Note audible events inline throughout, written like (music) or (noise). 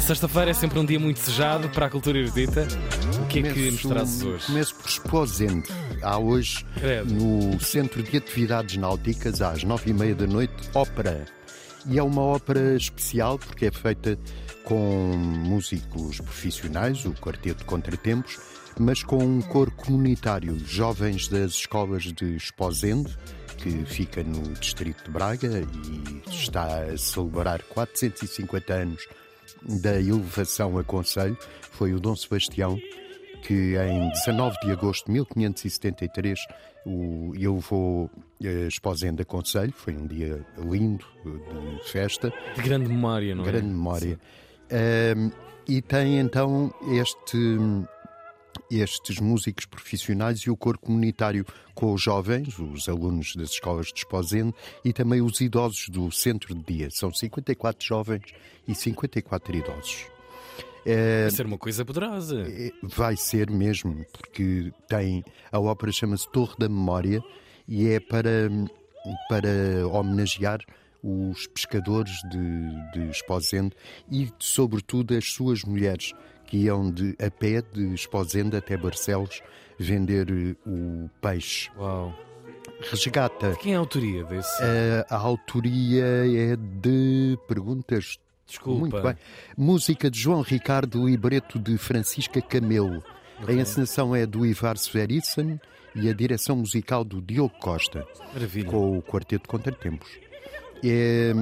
Sexta-feira é sempre um dia muito desejado para a cultura erudita. O que é que Começo- mostrasses hoje? Começo por Esposende. Há hoje, Credo. no Centro de Atividades Náuticas, às nove e meia da noite, ópera. E é uma ópera especial porque é feita com músicos profissionais, o Quarteto Contratempos, mas com um coro comunitário, jovens das escolas de Esposende, que fica no distrito de Braga e está a celebrar 450 anos da elevação a conselho. Foi o Dom Sebastião que em 19 de agosto de 1573 o, eu vou eh, Esposende a Conselho, foi um dia lindo eh, de festa, De grande memória, não é? grande memória. Ahm, e tem então este, estes músicos profissionais e o coro comunitário com os jovens, os alunos das escolas de Esposende e também os idosos do centro de dia. São 54 jovens e 54 idosos. Vai ser uma coisa poderosa. É, Vai ser mesmo, porque tem. A ópera chama-se Torre da Memória e é para, para homenagear os pescadores de, de Esposende e, sobretudo, as suas mulheres que iam de, a pé de Esposende até Barcelos vender eh, o peixe. Uau. Resgata. Quem é a autoria desse? Eh, A, autoria é de. Perguntas. Desculpa. Muito bem. Música de João Ricardo, libreto de Francisca Camelo. A encenação é do Ivar Sverissen e a direção musical do Diogo Costa, Maravilha. com o Quarteto Contratempos. É,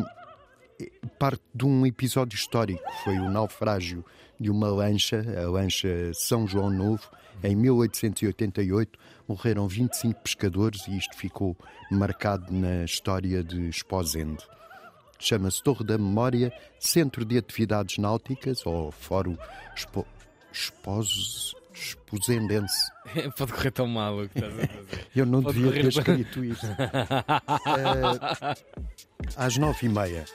é parte de um episódio histórico, foi o naufrágio de uma lancha, a lancha São João Novo, em 1888. Morreram 25 pescadores e isto ficou marcado na história de Esposende. Chama-se Torre da Memória, Centro de Atividades Náuticas ou Fórum Expo... Expos... Exposendense. (laughs) Pode correr tão mal o que estás a fazer. Eu não Pode devia ter correr para- escrito (laughs) isto. Eh, às nove e meia.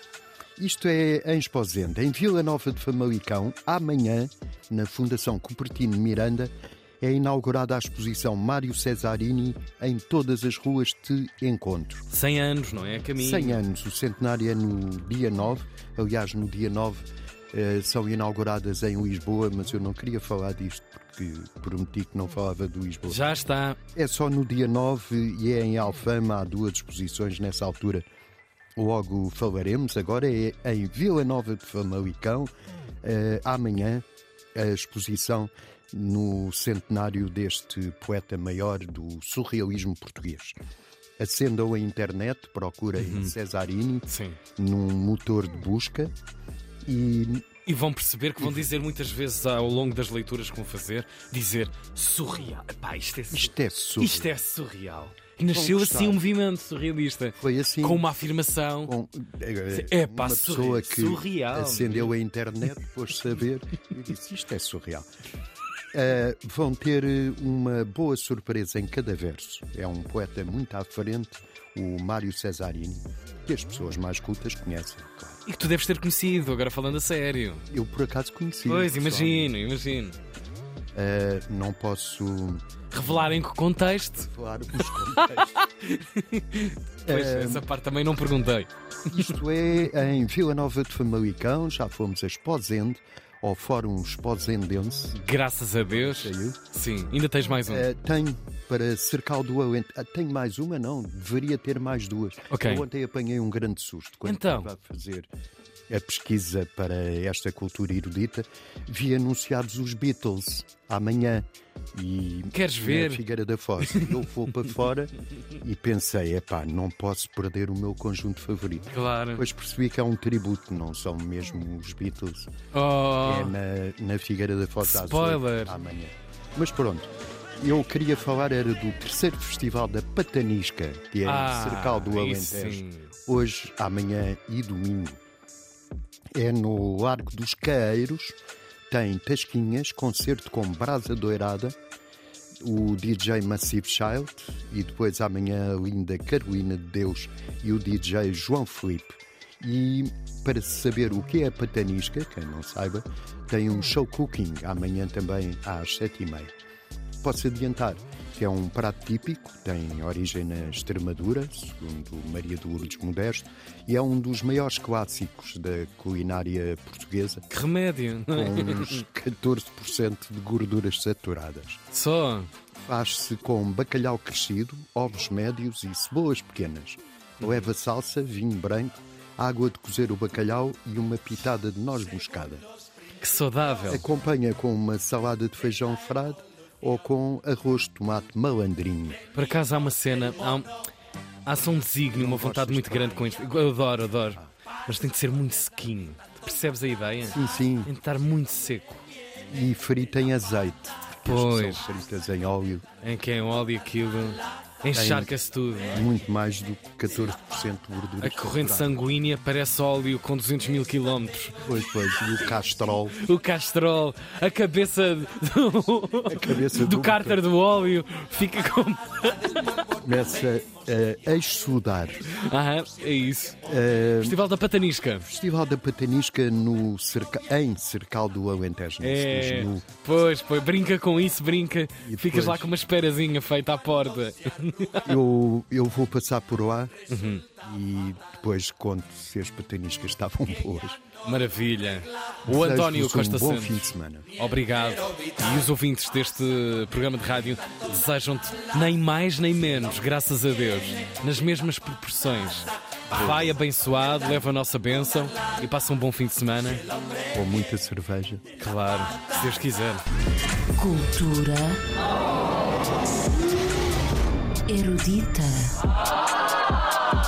Isto é em Esposende, em Vila Nova de Famalicão, amanhã, na Fundação Cupertino Miranda, é inaugurada a exposição Mário Cesarini em todas as ruas de encontro. 100 anos, não é? A Caminho. 100 anos, o centenário é no dia 9, aliás, no dia 9 eh, são inauguradas em Lisboa, mas eu não queria falar disto porque prometi que não falava de Lisboa. Já está. É só no dia 9 e é em Alfama, há duas exposições nessa altura. Logo falaremos, agora é em Vila Nova de Famalicão, eh, amanhã, a exposição no centenário deste poeta maior do surrealismo português. Acendam a internet, procurem Cesarini Sim. num motor de busca e E vão perceber que vão dizer muitas vezes ao longo das leituras que vão fazer, dizer surreal. Epá, isto é surreal. isto é super. Isto é surreal. E nasceu gostar. assim um movimento surrealista. Foi assim. Com uma afirmação. com eh, É pá, uma surre- pessoa que surreal. acendeu a internet, pôs saber e disse isto é (laughs) surreal. Eh, vão ter eh, uma boa surpresa em cada verso. É um poeta muito à frente, o Mário Cesarini, que as pessoas mais cultas conhecem, claro. E que tu deves ter conhecido, agora falando a sério. Eu por acaso conheci. pois, pessoalmente. imagino, imagino. Eh, não posso Revelar em que contexto? falar os (laughs) contextos. Pois, Ehm, essa parte também não perguntei. Isto é em Vila Nova de Famalicão, já fomos a Esposende, ao Fórum Esposendense. Graças a Deus. Saiu. Sim, ainda tens mais um. Eh, tenho para cercar do Alentejo. Ah, tenho mais uma, não. Deveria ter mais duas. Ok. Eu ontem apanhei um grande susto quando Então. estava a fazer a pesquisa para esta cultura erudita. Vi anunciados os Beatles amanhã. E Queres na ver? Figueira da (laughs) Foz. Eu vou para fora e pensei: epá, não posso perder o meu conjunto favorito. Claro. Depois percebi que é um tributo, não são mesmo os Beatles. É Oh, na, na Figueira da Foz às Spoiler. oito amanhã. Mas pronto, eu queria falar era do terceiro festival da Patanisca, que é Ah, em Cercal do isso Alentejo. sim. Hoje, amanhã e domingo. É no Largo dos Caeiros, tem Tasquinhas, concerto com Brasa Doirada, o DJ Massive Child e depois amanhã a linda Carolina de Deus e o DJ João Felipe. E para se saber o que é a patanisca, quem não saiba, tem um show cooking amanhã também às sete e meia. posso adiantar que é um prato típico, tem origem na Extremadura, segundo Maria de Lourdes Modesto, e é um dos maiores clássicos da culinária portuguesa, Que remédio, não com (laughs) é? uns 14% de gorduras saturadas. Só. Faz-se com bacalhau crescido, ovos médios e cebolas pequenas. Leva salsa, vinho branco, água de cozer o bacalhau e uma pitada de noz moscada. Que saudável. Acompanha com uma salada de feijão frade ou com arroz de tomate malandrinho. Por acaso há uma cena, há, um, há só um desígnio, uma vontade muito grande com isto. Eu adoro, adoro. Mas tem de ser muito sequinho. Percebes a ideia? Sim, sim, Tem de estar muito seco. e frita em azeite. Pois. São fritas em óleo, Em quem olha aquilo, encharca-se tudo. muito mais do que 14% de gordura. A corrente sanguínea parece óleo com 200 mil quilómetros. Pois, pois, e o castrol. O castrol, a cabeça do, cabeça do do- cárter do óleo fica como. Começa a exudar. Ah, é isso. Eh, Festival da Patanisca. Festival da Patanisca no Cerca- em Cercal do Alentejo, não se diz É, no- pois, pois, brinca com isso, brinca. E Ficas lá depois? com uma esperazinha feita à porta. Eu, eu vou passar por lá e depois conto se as pataniscas estavam boas. Maravilha. O António Desejo-vos Costa um bom fim de Santos. semana. Obrigado. E os ouvintes deste programa de rádio desejam-te nem mais nem menos, graças a Deus, nas mesmas proporções. Vai abençoado, leva a nossa bênção e passa um bom fim de semana. Com muita cerveja. Claro, se Deus quiser. Cultura erudita.